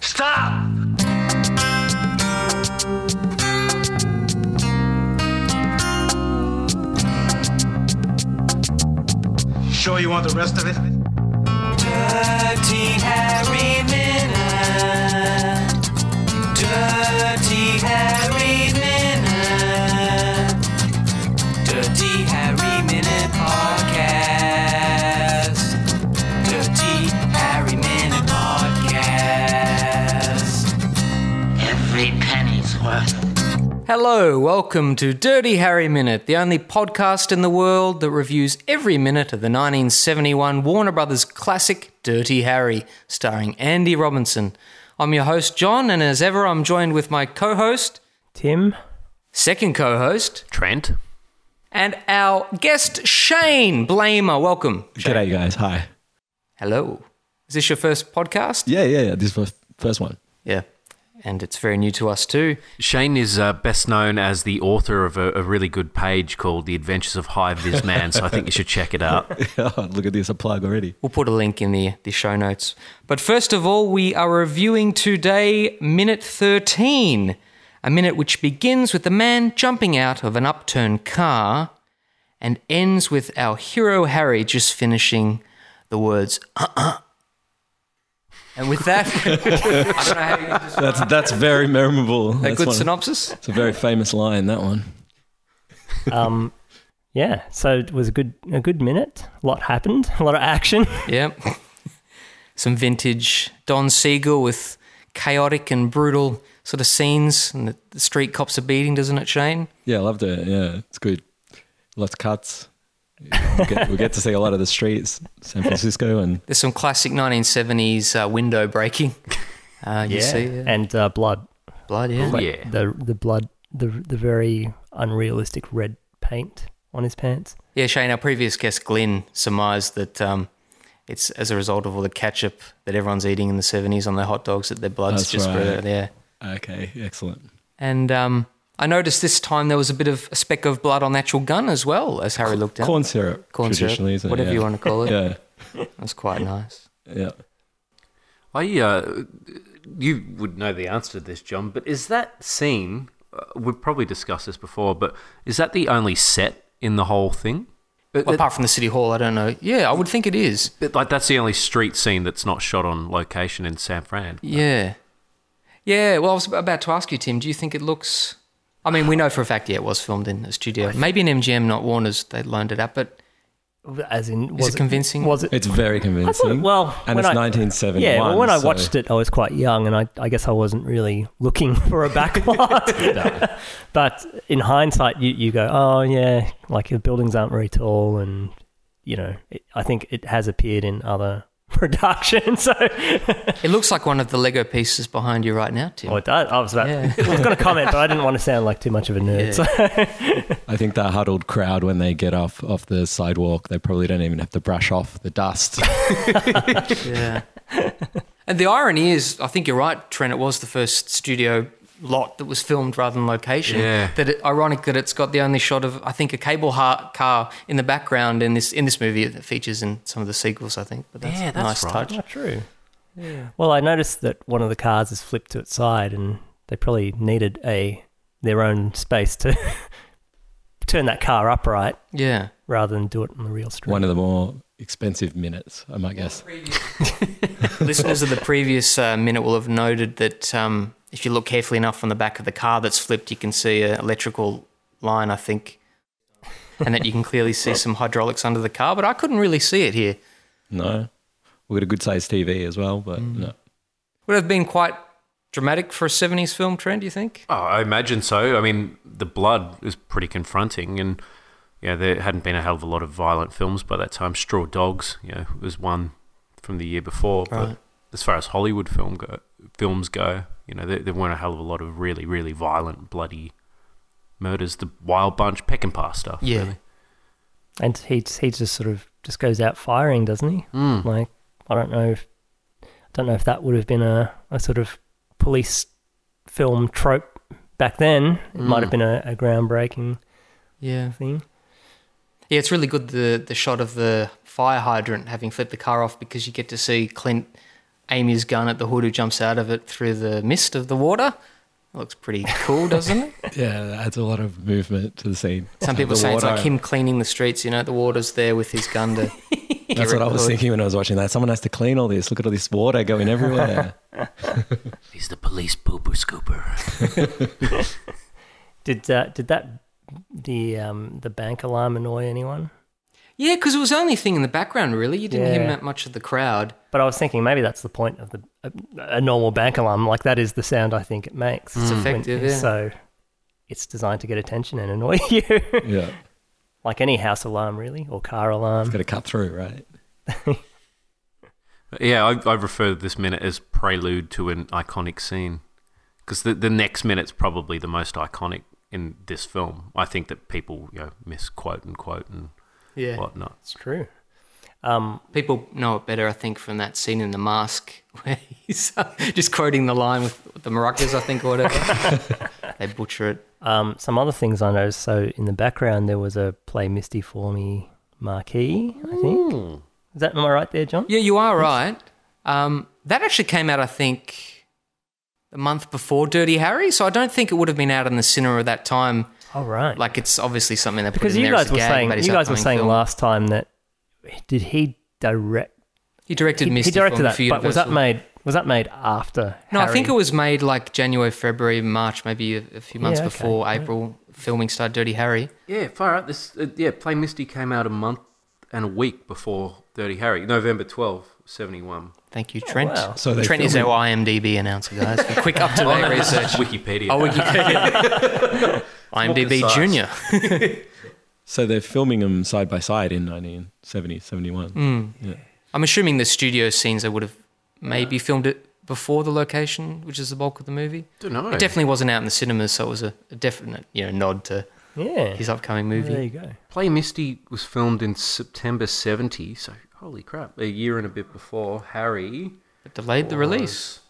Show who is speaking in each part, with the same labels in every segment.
Speaker 1: Stop! Sure you want the rest of it?
Speaker 2: Dirty Harry Minna. Dirty Harry Minna. Dirty Harry Minute Podcast. Dirty Harry Minute Podcast.
Speaker 3: Every penny's worth.
Speaker 4: Hello, welcome to Dirty Harry Minute, the only podcast in the world that reviews every minute of the 1971 Warner Brothers classic Dirty Harry, starring Andy Robinson. I'm your host, John, and as ever, I'm joined with my co host,
Speaker 5: Tim.
Speaker 4: second co host,
Speaker 6: Trent.
Speaker 4: and our guest, Shane Blamer. Welcome.
Speaker 7: G'day, guys. Hi.
Speaker 4: Hello. Is this your first podcast?
Speaker 7: Yeah, yeah, yeah. This was first one.
Speaker 4: Yeah. And it's very new to us, too.
Speaker 6: Shane is uh, best known as the author of a, a really good page called The Adventures of High Viz Man, so I think you should check it out.
Speaker 7: Oh, look at this, a plug already.
Speaker 4: We'll put a link in the, the show notes. But first of all, we are reviewing today minute 13, a minute which begins with the man jumping out of an upturned car and ends with our hero Harry just finishing the words, uh uh And with that, I don't know how you just.
Speaker 7: That's that's very memorable.
Speaker 4: A
Speaker 7: That's
Speaker 4: good
Speaker 7: one-
Speaker 4: synopsis?
Speaker 7: It's a very famous line, that one.
Speaker 5: Um, yeah, so it was a good a good minute. A lot happened, a lot of action.
Speaker 4: Yep. Some vintage Don Siegel with chaotic and brutal sort of scenes, and the- the street cops are beating, doesn't it, Shane?
Speaker 7: Yeah, I loved it. Yeah, it's good. Lots of cuts. We get, we get to see a lot of the streets, San Francisco, and
Speaker 4: There's some classic 1970s uh, window breaking. Uh, you see yeah.
Speaker 5: and uh, blood.
Speaker 4: blood, yeah.
Speaker 6: But yeah.
Speaker 5: The the blood, the the very unrealistic red paint on his pants.
Speaker 4: Yeah, Shane, our previous guest, Glyn, surmised that um, it's as a result of all the ketchup that everyone's eating in the 70s on their hot dogs that their blood's
Speaker 7: That's
Speaker 4: just spread
Speaker 7: right.
Speaker 4: out there.
Speaker 7: okay, excellent.
Speaker 4: And um, I noticed this time there was a bit of a speck of blood on the actual gun as well as Harry looked down.
Speaker 7: Corn syrup,
Speaker 4: Corn syrup,
Speaker 7: traditionally, isn't it?
Speaker 4: whatever
Speaker 7: Yeah.
Speaker 4: you want to call it.
Speaker 7: Yeah,
Speaker 4: That's quite nice.
Speaker 7: yeah.
Speaker 6: I, uh, you would know the answer to this, John, but is that scene, uh, we've probably discussed this before, but is that the only set in the whole thing? But,
Speaker 4: Apart from the city hall, I don't know. Yeah, I would think it is.
Speaker 6: but, like that's the only street scene that's not shot on location in San Fran.
Speaker 4: Yeah. Yeah, well, I was about to ask you, Tim, do you think it looks. I mean, we know for a fact, yeah, it was filmed in a studio. Maybe an MGM, not Warner's, they loaned it out, but
Speaker 5: As in, was
Speaker 4: it convincing?
Speaker 5: Was it?
Speaker 7: It's very
Speaker 5: I thought,
Speaker 7: convincing.
Speaker 5: it- well,
Speaker 7: and
Speaker 5: when
Speaker 7: it's
Speaker 5: I-
Speaker 7: 1971.
Speaker 5: Yeah, well, when I
Speaker 7: so-
Speaker 5: watched it, I was quite young, and I, I guess I wasn't really looking for a backlot. but in hindsight, you, you go, oh yeah, like the buildings aren't very tall, and you know, it, I think it has appeared in other productions. So,
Speaker 4: it looks like one of the Lego pieces behind you right now, Tim.
Speaker 5: oh, it does. I was about,
Speaker 4: Yeah.
Speaker 5: I was going to comment, but I didn't want to sound like too much of a nerd. So,
Speaker 7: I think that huddled crowd when they get off off the sidewalk, they probably don't even have to brush off the dust.
Speaker 4: Yeah. and the irony is, I think you're right, Trent, it was the first studio lot that was filmed rather than location.
Speaker 6: Yeah.
Speaker 4: That it, ironic that it's got the only shot of, I think, a cable ha- car in the background in this in this movie that features in some of the sequels, I think. But that's
Speaker 6: Yeah,
Speaker 4: a
Speaker 6: that's
Speaker 4: nice
Speaker 6: right.
Speaker 4: touch.
Speaker 5: not true. Well, I noticed that one of the cars is flipped to its side, and they probably needed a their own space to turn that car upright.
Speaker 4: Yeah.
Speaker 5: rather than do it on the real street.
Speaker 7: One of the more expensive minutes, I might guess.
Speaker 4: Listeners of the previous uh, minute will have noted that um, if you look carefully enough on the back of the car that's flipped, you can see an electrical line, I think, and that you can clearly see some hydraulics under the car, but I couldn't really see it here.
Speaker 7: No, we got a good sized TV as well, but no.
Speaker 4: Would have been quite dramatic for a 70s film trend, do you think?
Speaker 6: Oh, I imagine so. I mean, the blood is pretty confronting, and yeah, there hadn't been a hell of a lot of violent films by that time. Straw Dogs, you know, was one from the year before,
Speaker 4: Right.
Speaker 6: but as far as Hollywood film go, films go, you know, there, there weren't a hell of a lot of really, really violent, bloody murders. The Wild Bunch, Peck and Pah stuff. really.
Speaker 5: and he he just sort of just goes out firing, doesn't he?
Speaker 7: Hmm.
Speaker 5: Like I don't know, if, I don't know if that would have been a, a sort of police film trope back then. It might
Speaker 7: Hmm.
Speaker 5: have been a, a groundbreaking
Speaker 4: Yeah.
Speaker 5: thing.
Speaker 4: Yeah, it's really good the, the shot of the fire hydrant having flipped the car off because you get to see Clint aim his gun at the hood who jumps out of it through the mist of the water. Looks pretty cool, doesn't it?
Speaker 7: Yeah, that adds a lot of movement to the scene.
Speaker 4: Some people
Speaker 7: The
Speaker 4: say it's
Speaker 7: water-
Speaker 4: like him cleaning the streets. You know, the water's there with his gun to. get
Speaker 7: That's
Speaker 4: rid
Speaker 7: what I
Speaker 4: of the
Speaker 7: was
Speaker 4: hood.
Speaker 7: thinking when I was watching that. Someone has to clean all this. Look at all this water going everywhere.
Speaker 2: He's the police pooper scooper.
Speaker 5: Did uh, did that the um, the bank alarm annoy anyone?
Speaker 4: Yeah, because it was the only thing in the background, really. You didn't hear
Speaker 5: Yeah.
Speaker 4: that much of the crowd.
Speaker 5: But I was thinking maybe that's the point of the a, a normal bank alarm. Like that is the sound I think it makes.
Speaker 4: It's effective, yeah.
Speaker 5: So it's designed to get attention and annoy you,
Speaker 7: yeah,
Speaker 5: like any house alarm really or car alarm.
Speaker 7: it's got to cut through, right?
Speaker 6: Yeah, I, I refer to this minute as prelude to an iconic scene because the, the next minute's probably the most iconic in this film. I think that people you know misquote and quote and
Speaker 4: Yeah.
Speaker 6: whatnot.
Speaker 5: It's true. Um,
Speaker 4: People know it better, I think, from that scene in The Mask where he's uh, just quoting the line with the maracas, I think, or whatever. they butcher it.
Speaker 5: um, some other things I noticed. So in the background there was a play Misty for me marquee.
Speaker 4: Hmm.
Speaker 5: I think is that am I right there, John?
Speaker 4: Yeah, you are right. Um, that actually came out, I think, the month before Dirty Harry, so I don't think it would have been out in the cinema at that time.
Speaker 5: All Oh, right.
Speaker 4: Like, it's obviously something they put
Speaker 5: because
Speaker 4: in
Speaker 5: you
Speaker 4: there as
Speaker 5: guys
Speaker 4: a
Speaker 5: were
Speaker 4: gag
Speaker 5: saying
Speaker 4: about his
Speaker 5: you guys were
Speaker 4: upcoming
Speaker 5: saying
Speaker 4: film.
Speaker 5: last time that did he direct
Speaker 4: He directed
Speaker 5: he, he
Speaker 4: Misty
Speaker 5: directed
Speaker 4: for me
Speaker 5: that,
Speaker 4: for
Speaker 5: but was that
Speaker 4: Universal.
Speaker 5: made was that made after?
Speaker 4: No, I think it
Speaker 5: Harry?
Speaker 4: was made like January, February, March, maybe a, a few months
Speaker 5: Yeah, okay.
Speaker 4: before April. Filming started Dirty Harry.
Speaker 6: Yeah, far out. This uh, yeah, Play Misty came out a month and a week before Dirty Harry, November 12, 71.
Speaker 4: Thank you, Trent.
Speaker 5: Oh, wow.
Speaker 7: So they
Speaker 4: Trent is our
Speaker 7: filmed-
Speaker 4: IMDb announcer, guys. For quick up to date research.
Speaker 6: Wikipedia.
Speaker 4: Oh, Wikipedia. IMDb
Speaker 6: precise.
Speaker 4: Junior.
Speaker 7: So they're filming them side by side in 1970, 71.
Speaker 4: Mm. I'm assuming the studio scenes they would have maybe filmed it before the location, which is the bulk of the movie.
Speaker 6: don't know.
Speaker 4: It definitely wasn't out in the cinemas, so it was a, a definite you know nod to
Speaker 5: yeah.
Speaker 4: his upcoming
Speaker 5: there
Speaker 4: movie.
Speaker 5: you go.
Speaker 6: Play Misty was filmed in September 70, so holy crap, a year and a bit before Harry.
Speaker 4: It delayed the release.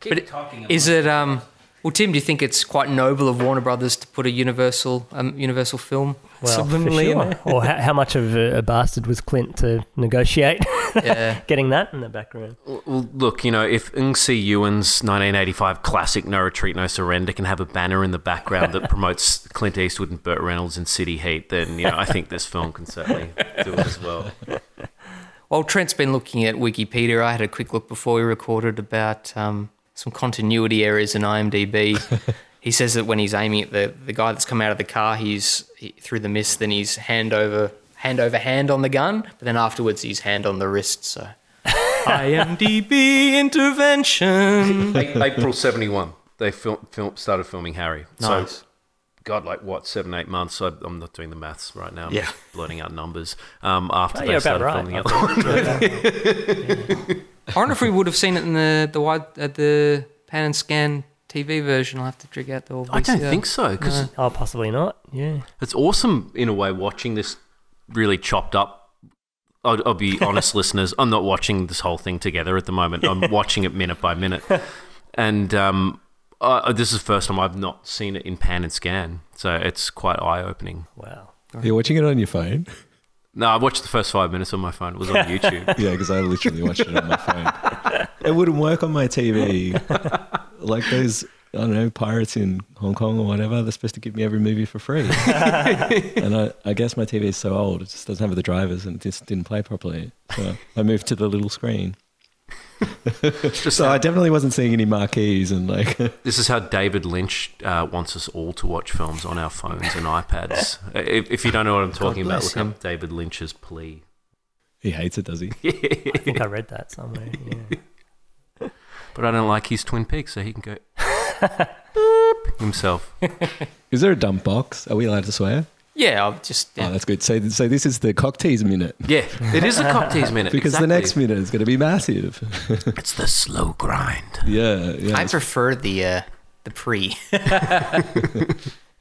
Speaker 6: Keep
Speaker 4: But
Speaker 6: talking
Speaker 4: Is it? Um, well, Tim, do you think it's quite noble of Warner Brothers to put a Universal um, Universal film
Speaker 5: Well, for
Speaker 4: subliminally in
Speaker 5: sure. or how, how much of a, a bastard was Clint to negotiate
Speaker 4: there?
Speaker 5: getting that in the background?
Speaker 6: Well, look, you know, if Ng Si Ewan's 1985 classic No Retreat, No Surrender can have a banner in the background that promotes Clint Eastwood and Burt Reynolds in City Heat, then, you know, I think this film can certainly do it as well.
Speaker 4: Yeah. While Trent's been looking at Wikipedia, I had a quick look before we recorded about um, some continuity errors in IMDb. he says that when he's aiming at the, the guy that's come out of the car, he's he, through the mist, then he's hand over hand over hand on the gun, but then afterwards he's hand on the wrist. So IMDb intervention.
Speaker 6: A- April 71, they fil- film- started filming Harry.
Speaker 4: Nice.
Speaker 6: So, God, like what, seven, eight months? I, I'm not doing the maths right now. I'm
Speaker 4: Yeah.
Speaker 6: just blurting out numbers. Um, after
Speaker 5: Oh,
Speaker 6: they
Speaker 5: you're about
Speaker 6: started
Speaker 5: right.
Speaker 6: filming
Speaker 5: I
Speaker 6: the other one.
Speaker 4: I wonder if we would have seen it in the the wide uh, the pan and scan TV version. I'll have to dig out the. old
Speaker 6: I don't
Speaker 4: VCR.
Speaker 6: think so, because
Speaker 4: No.
Speaker 5: Oh, possibly not. Yeah.
Speaker 6: It's awesome in a way watching this really chopped up. I'll, I'll be honest, listeners. I'm not watching this whole thing together at the moment. I'm watching it minute by minute, and um, uh, this is the first time I've not seen it in pan and scan, so it's quite eye opening.
Speaker 5: Wow.
Speaker 7: You're watching it on your phone?
Speaker 6: No, I watched the first five minutes on my phone. It was on YouTube.
Speaker 7: Yeah, because I literally watched it on my phone. It wouldn't work on my TV. Like those, I don't know, pirates in Hong Kong or whatever, they're supposed to give me every movie for free. and I, I guess my TV is so old, it just doesn't have the drivers and it just didn't play properly. So I moved to the little screen. so I definitely wasn't seeing any marquees and like,
Speaker 6: This is how David Lynch uh, wants us all to watch films on our phones and iPads. if, if you don't know what I'm talking about,
Speaker 4: bless
Speaker 6: look
Speaker 4: him.
Speaker 6: up David Lynch's plea.
Speaker 7: he hates it, does he?
Speaker 5: I think I read that somewhere. Yeah.
Speaker 6: But I don't like his Twin Peaks, so he can go boop himself.
Speaker 7: Is there a dump box? Are we allowed to swear?
Speaker 4: Yeah, I'll just.
Speaker 7: Oh,
Speaker 4: Yeah.
Speaker 7: that's good. So, so this is the cock tease minute
Speaker 6: Yeah, it is a cocktails minute
Speaker 7: because
Speaker 6: exactly.
Speaker 7: the next minute is going to be massive.
Speaker 6: it's the slow grind.
Speaker 7: yeah, yeah.
Speaker 4: I prefer the uh, the pre.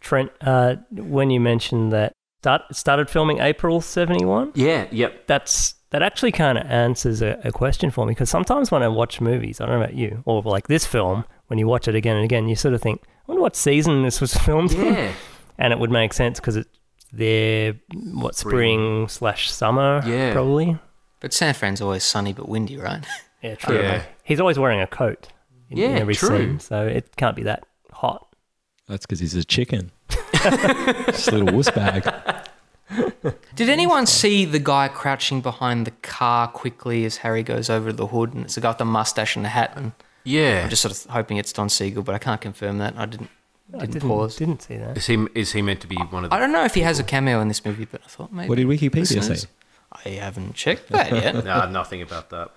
Speaker 5: Trent, uh, when you mentioned that start, started filming April seventy one,
Speaker 6: Yeah, yep.
Speaker 5: that's that actually kind of answers a, a question for me because sometimes when I watch movies, I don't know about you, or like this film, when you watch it again and again, you sort of think, I wonder what season this was filmed in.
Speaker 6: Yeah,
Speaker 5: and it would make sense because it's their what spring slash summer
Speaker 6: Yeah.
Speaker 5: probably
Speaker 4: but San Fran's always sunny but windy, right?
Speaker 5: Yeah, true.
Speaker 6: Yeah.
Speaker 5: He's always wearing a coat in, in
Speaker 6: Yeah,
Speaker 5: every
Speaker 6: true.
Speaker 5: scene, so it can't be that hot.
Speaker 7: That's because he's a chicken. Just a little wuss bag.
Speaker 4: Did anyone see the guy crouching behind the car quickly as Harry goes over to the hood? And it's the guy with the mustache and the hat. And
Speaker 6: Yeah.
Speaker 4: I'm just sort of hoping it's Don Siegel, but I can't confirm that. I didn't. Didn't,
Speaker 5: I didn't,
Speaker 4: pause.
Speaker 5: didn't see that.
Speaker 6: is he is he meant to be one of
Speaker 4: I
Speaker 6: the?
Speaker 4: don't know if he has a cameo in this movie, but I thought maybe.
Speaker 7: What did Wikipedia
Speaker 4: listeners-
Speaker 7: say?
Speaker 4: I haven't checked that yet.
Speaker 6: Nah, nothing about that.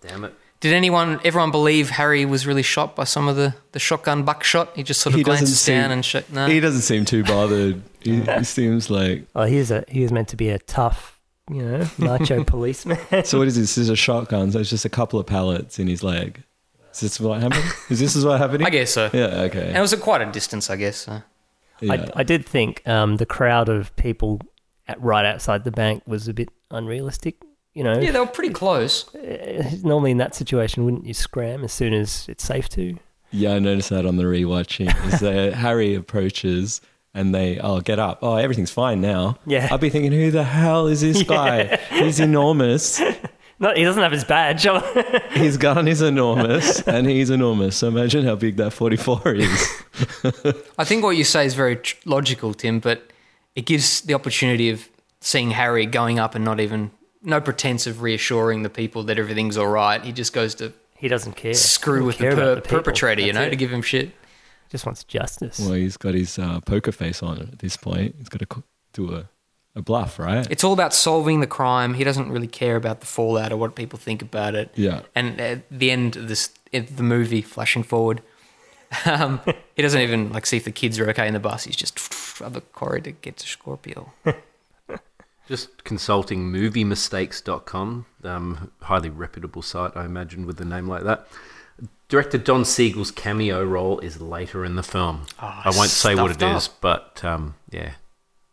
Speaker 6: Damn it.
Speaker 4: did anyone, everyone believe Harry was really shot by some of the, the shotgun buckshot? He just sort of glances down and shot. No.
Speaker 7: He doesn't seem too bothered. he, he seems like
Speaker 5: Oh, he's a he was meant to be a tough, you know, macho policeman.
Speaker 7: so. What is this? This is a shotgun. So it's just a couple of pellets in his leg. Is this what happened? Is this is what happened?
Speaker 4: I guess so.
Speaker 7: Yeah.
Speaker 4: And it
Speaker 7: Okay.
Speaker 4: was at quite a distance, I guess. So.
Speaker 7: Yeah.
Speaker 5: I, I did think um, the crowd of people at, right outside the bank was a bit unrealistic. You know,
Speaker 4: Yeah, they were pretty close.
Speaker 5: normally in that situation, wouldn't you scram as soon as it's safe to?
Speaker 7: Yeah, I noticed that on the rewatching. Is that Harry approaches and they, oh, get up. Oh, everything's fine now.
Speaker 5: Yeah.
Speaker 7: I'd be thinking, who the hell is this guy? He's enormous.
Speaker 5: No, he doesn't have his badge. I
Speaker 7: His gun is enormous and he's enormous. So imagine how big that 44 is.
Speaker 4: I think what you say is very tr- logical, Tim, but it gives the opportunity of seeing Harry going up and not even, no pretense of reassuring the people that everything's all right. He just goes to
Speaker 5: he doesn't care.
Speaker 4: screw
Speaker 5: Doesn't
Speaker 4: with the,
Speaker 5: care
Speaker 4: per-
Speaker 5: about people.
Speaker 4: perpetrator, you
Speaker 5: That's
Speaker 4: know,
Speaker 5: it.
Speaker 4: to give him shit.
Speaker 5: just wants justice.
Speaker 7: Well, he's got his uh, poker face on at this point. He's got to co- do a, a bluff, right?
Speaker 4: It's all about solving the crime. He doesn't really care about the fallout or what people think about it.
Speaker 7: Yeah.
Speaker 4: And at the end of this, at the movie, flashing forward, um, he doesn't even like see if the kids are okay in the bus. He's just up a corridor, gets a Scorpio.
Speaker 6: Just consulting moviemistakes.com, um, highly reputable site, I imagine, with a name like that. Director Don Siegel's cameo role is later in the film. I won't say what it
Speaker 4: stuffed
Speaker 6: is, but um, yeah,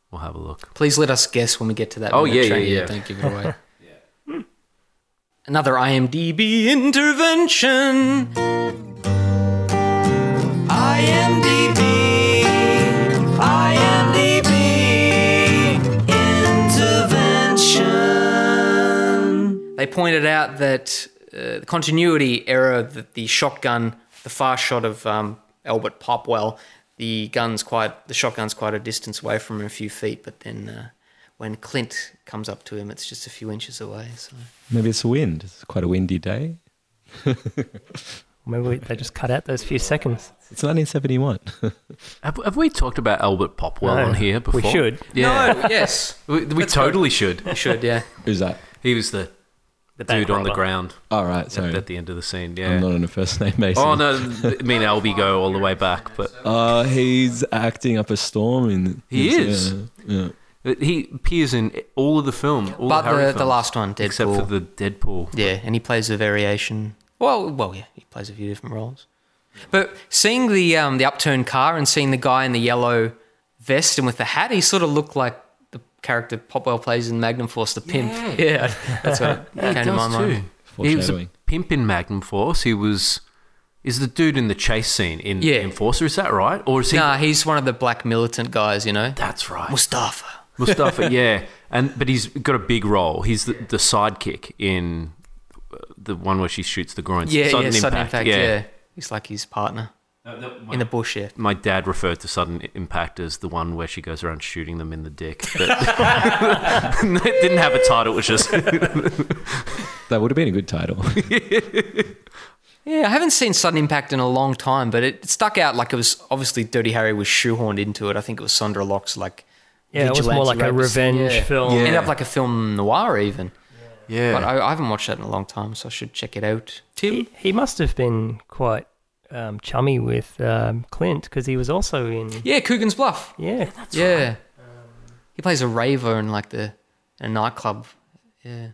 Speaker 6: we'll have a look.
Speaker 4: Please let us guess when we get to that.
Speaker 6: Oh,
Speaker 4: minute,
Speaker 6: yeah, yeah,
Speaker 4: Shane.
Speaker 6: yeah.
Speaker 4: Don't give it away. Another IMDb intervention. IMDb. IMDb intervention. They pointed out that uh, the continuity error that the shotgun, the far shot of um, Albert Popwell, the gun's quite the shotgun's quite a distance away from him, a few feet, but then uh, when Clint comes up to him, it's just a few inches away. So.
Speaker 7: Maybe it's wind. It's quite a windy day.
Speaker 5: Maybe we, they just cut out those few seconds.
Speaker 7: It's 1971.
Speaker 6: Have, have we talked about Albert Popwell
Speaker 5: No,
Speaker 6: on here
Speaker 5: we
Speaker 6: before?
Speaker 5: should.
Speaker 6: Yeah.
Speaker 4: No, yes,
Speaker 6: We, we totally should.
Speaker 4: you should. Yeah,
Speaker 7: Who's that?
Speaker 6: He was the,
Speaker 5: bank
Speaker 6: dude on the
Speaker 5: robber.
Speaker 6: ground
Speaker 7: All right. Sorry.
Speaker 6: at the end of the scene. Yeah.
Speaker 7: I'm not on a first name basis.
Speaker 6: Oh no, me and Albie go all the way back, but
Speaker 7: Uh, he's acting up a storm in.
Speaker 6: He
Speaker 7: he's-
Speaker 6: is.
Speaker 7: Yeah, yeah.
Speaker 6: he appears in all of the film, all
Speaker 4: but
Speaker 6: the, Harry
Speaker 4: the, the
Speaker 6: films,
Speaker 4: last one, Deadpool.
Speaker 6: except for the Deadpool.
Speaker 4: Yeah, and he plays a variation. Well, well, yeah, he plays a few different roles. But seeing the um, the upturned car and seeing the guy in the yellow vest and with the hat, he sort of looked like the character Popwell plays in Magnum Force, the pimp. Yeah, that's what came to my mind.
Speaker 6: He was a
Speaker 7: Foreshadowing.
Speaker 6: pimp in Magnum Force. He was is the dude in the chase scene in
Speaker 4: Yeah.
Speaker 6: Enforcer. Is that right? Or is he?
Speaker 4: Nah, he's one of the black militant guys, you know.
Speaker 6: That's right,
Speaker 4: Mustafa.
Speaker 6: Mustafa. yeah, and but he's got a big role. He's the, the sidekick in uh, the one where she shoots the groin.
Speaker 4: Yeah, yeah, sudden impact. Yeah. he's like his partner in the bush. Yeah,
Speaker 6: My dad referred to sudden impact as the one where she goes around shooting them in the dick. But it didn't have a title. It was just
Speaker 7: That would have been a good title.
Speaker 4: yeah. I haven't seen Sudden Impact in a long time, but it, it stuck out like it was obviously Dirty Harry was shoehorned into it. I think it was Sandra Locke's like.
Speaker 5: Yeah, it was more like
Speaker 4: vigilante
Speaker 5: a
Speaker 4: rapist.
Speaker 5: revenge
Speaker 4: Yeah.
Speaker 5: film.
Speaker 4: Ended up like a film noir, even.
Speaker 6: yeah.
Speaker 4: But I, I haven't watched that in a long time, so I should check it out. Tim,
Speaker 5: He, he must have been quite um, chummy with um, Clint because he was also in.
Speaker 4: yeah, Coogan's Bluff.
Speaker 5: Yeah,
Speaker 4: yeah, he plays a raver in like the a nightclub. Yeah,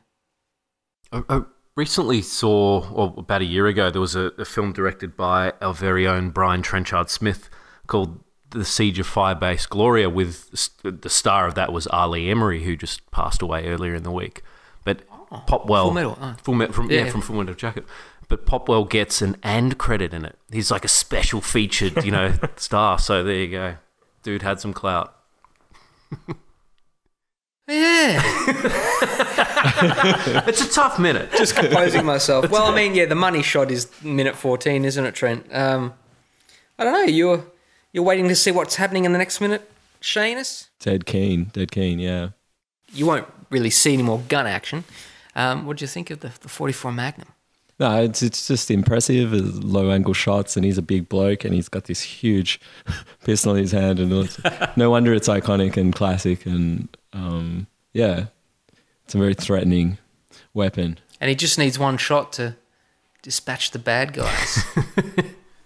Speaker 6: I, I recently saw, or about a year ago, there was a, a film directed by our very own Brian Trenchard Smith called The Siege of Firebase Gloria, with s- the star of that was Ali Emery, who just passed away earlier in the week. But Popwell,
Speaker 4: Full Metal, oh.
Speaker 6: Full Me- from, yeah,
Speaker 4: Yeah.
Speaker 6: from Full Metal Jacket. But Popwell gets an and credit in it. He's like a special featured, you know, star. So there you go. Dude had some clout.
Speaker 4: yeah.
Speaker 6: It's a tough minute.
Speaker 4: just composing myself. Well, I mean, yeah, the money shot is minute fourteen, isn't it, Trent? Um, I don't know. You're you're waiting to see what's happening in the next minute, Shanus.
Speaker 7: Dead keen, dead keen. Yeah.
Speaker 4: You won't really see any more gun action. Um, what do you think of the, the forty-four Magnum?
Speaker 7: No, it's it's just impressive. His low angle shots, and he's a big bloke, and he's got this huge pistol in his hand, and it's, no wonder it's iconic and classic, and um, yeah, it's a very threatening weapon.
Speaker 4: And he just needs one shot to dispatch the bad guys.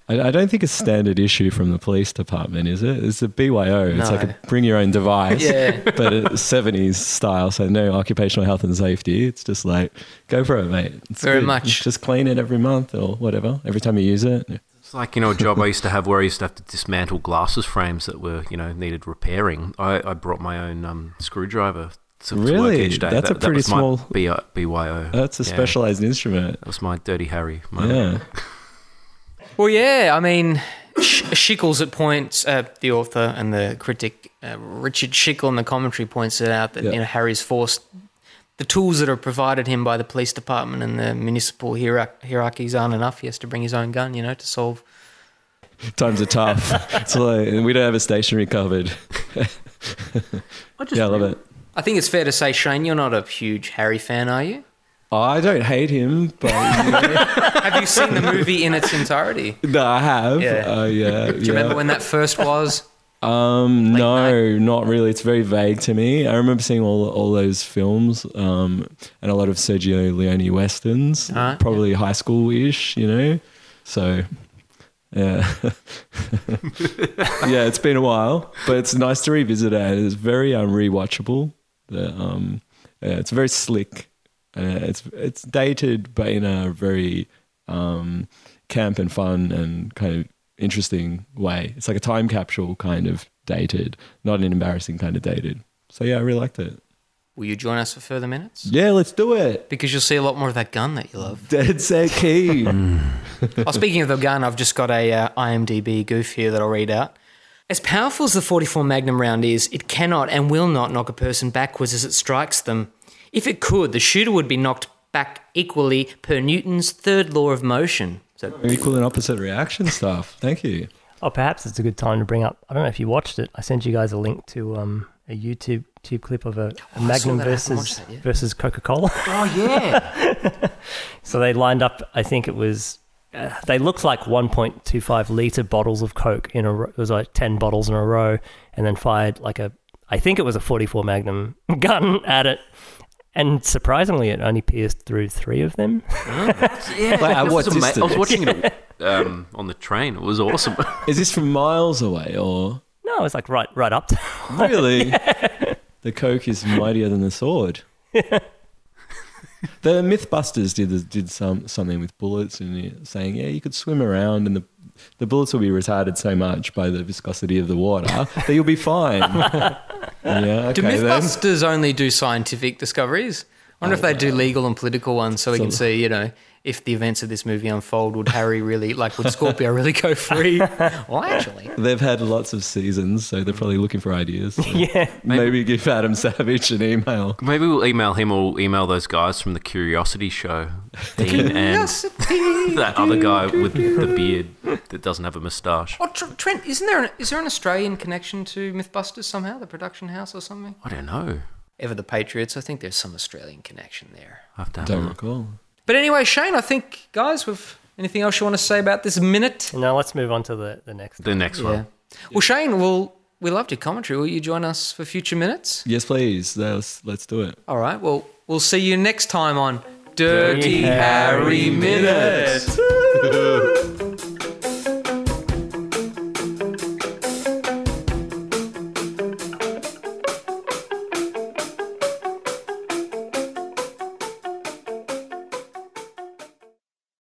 Speaker 7: I, I don't think it's standard issue from the police department, is it? It's a BYO. It's like
Speaker 4: No.
Speaker 7: a bring your own device,
Speaker 4: Yeah.
Speaker 7: but it's 70s style, so no occupational health and safety. It's just like, go for it, mate. It's
Speaker 4: Very
Speaker 7: good.
Speaker 4: much.
Speaker 7: Just clean it every month or whatever, every time you use it.
Speaker 6: It's like, you know, a job I used to have where I used to have to dismantle glasses frames that were, you know, needed repairing. I, I brought my own um, screwdriver to, to work
Speaker 7: Really?
Speaker 6: each day.
Speaker 7: That's a
Speaker 6: that,
Speaker 7: pretty
Speaker 6: that was
Speaker 7: small-
Speaker 6: My B- BYO.
Speaker 7: That's a
Speaker 6: Yeah.
Speaker 7: specialized instrument.
Speaker 6: That was my Dirty Harry moment.
Speaker 7: Yeah.
Speaker 4: well, yeah, I mean, Sh- Schickles at points, uh, the author and the critic uh, Richard Schickel in the commentary points it out that
Speaker 7: Yeah.
Speaker 4: you know Harry's forced the tools that are provided him by the police department and the municipal hierarch- hierarchies aren't enough. He has to bring his own gun, you know, to solve.
Speaker 7: Times are tough. it's like, and we don't have a stationary cupboard. yeah, I love it.
Speaker 4: I think it's fair to say, Shane, you're not a huge Harry fan, are you?
Speaker 7: I don't hate him, but
Speaker 4: Have you seen the movie in its entirety? Do
Speaker 7: no, I have.
Speaker 4: Yeah.
Speaker 7: Oh, yeah.
Speaker 4: you remember when that first was?
Speaker 7: Um, no,
Speaker 4: night?
Speaker 7: not really. It's very vague to me. I remember seeing all all those films um, and a lot of Sergio Leone westerns,
Speaker 4: Alright,
Speaker 7: probably high school ish, you know. So, yeah, yeah, it's been a while, but it's nice to revisit it. and It's very um, rewatchable. The, um, yeah, it's very slick. Uh, it's it's dated, but in a very um, camp and fun and kind of interesting way. It's like a time capsule kind of dated, not an embarrassing kind of dated. So yeah, I really liked it.
Speaker 4: Will you join us for further minutes?
Speaker 7: Yeah, let's do it.
Speaker 4: Because you'll see a lot more of that gun that you love.
Speaker 7: Dead set key.
Speaker 4: oh, speaking of the gun, I've just got a uh, IMDb goof here that I'll read out. As powerful as the 44 Magnum round is, it cannot and will not knock a person backwards as it strikes them. If it could, the shooter would be knocked back equally per Newton's third law of motion. So
Speaker 7: Equal and opposite reaction stuff. Thank you.
Speaker 5: Oh, perhaps it's a good time to bring up. I don't know if you watched it. I sent you guys a link to um, a YouTube tube clip of a, a
Speaker 4: Oh, I saw
Speaker 5: Magnum
Speaker 4: that. I haven't watched
Speaker 5: versus
Speaker 4: that yet.
Speaker 5: versus Coca Cola.
Speaker 4: Oh yeah.
Speaker 5: So they lined up. I think it was. Uh, they looked like 1.25 liter bottles of Coke in a. row. It was like 10 bottles in a row, and then fired like a. I think it was a 44 Magnum gun at it, and surprisingly, it only pierced through three of them.
Speaker 6: Yeah,
Speaker 7: But at
Speaker 6: this
Speaker 7: uh, what
Speaker 6: was ama- I was
Speaker 7: distance?
Speaker 6: watching it um, on the train. It was awesome.
Speaker 7: Is this from miles away or
Speaker 5: No, it was like right, right up. To,
Speaker 7: really? The coke is mightier than the sword. the MythBusters did this- did some something with bullets and you know, saying, yeah, you could swim around and the the bullets will be retarded so much by the viscosity of the water that you'll be fine. yeah, okay
Speaker 4: Do
Speaker 7: then.
Speaker 4: Mythbusters only do scientific discoveries? I wonder if they do legal and political ones, so we can see, you know, if the events of this movie unfold, would Harry really, like, would Scorpio really go free? well, actually,
Speaker 7: They've had lots of seasons, so they're probably looking for ideas. yeah, maybe, give Adam Savage an email.
Speaker 6: Maybe we'll email him or we'll email those guys from the Curiosity Show. Dean and that other guy with the beard that doesn't have a moustache.
Speaker 4: Oh, Tr- Trent, isn't there an, is there an Australian connection to MythBusters somehow, the production house or something?
Speaker 6: I don't know.
Speaker 4: Ever the Patriots, I think there's some Australian connection there.
Speaker 6: I have to have a
Speaker 7: Don't
Speaker 6: look.
Speaker 7: recall.
Speaker 4: But anyway, Shane, I think, guys, with anything else you want to say about this minute?
Speaker 5: now let's move on to the, the next.
Speaker 6: The next
Speaker 4: Yeah.
Speaker 6: one.
Speaker 4: Well, Shane, we'll, we loved your commentary. Will you join us for future minutes?
Speaker 7: Yes, please. Let's let's do it.
Speaker 4: All right. Well, we'll see you next time on Dirty Harry Minutes.
Speaker 7: Minutes.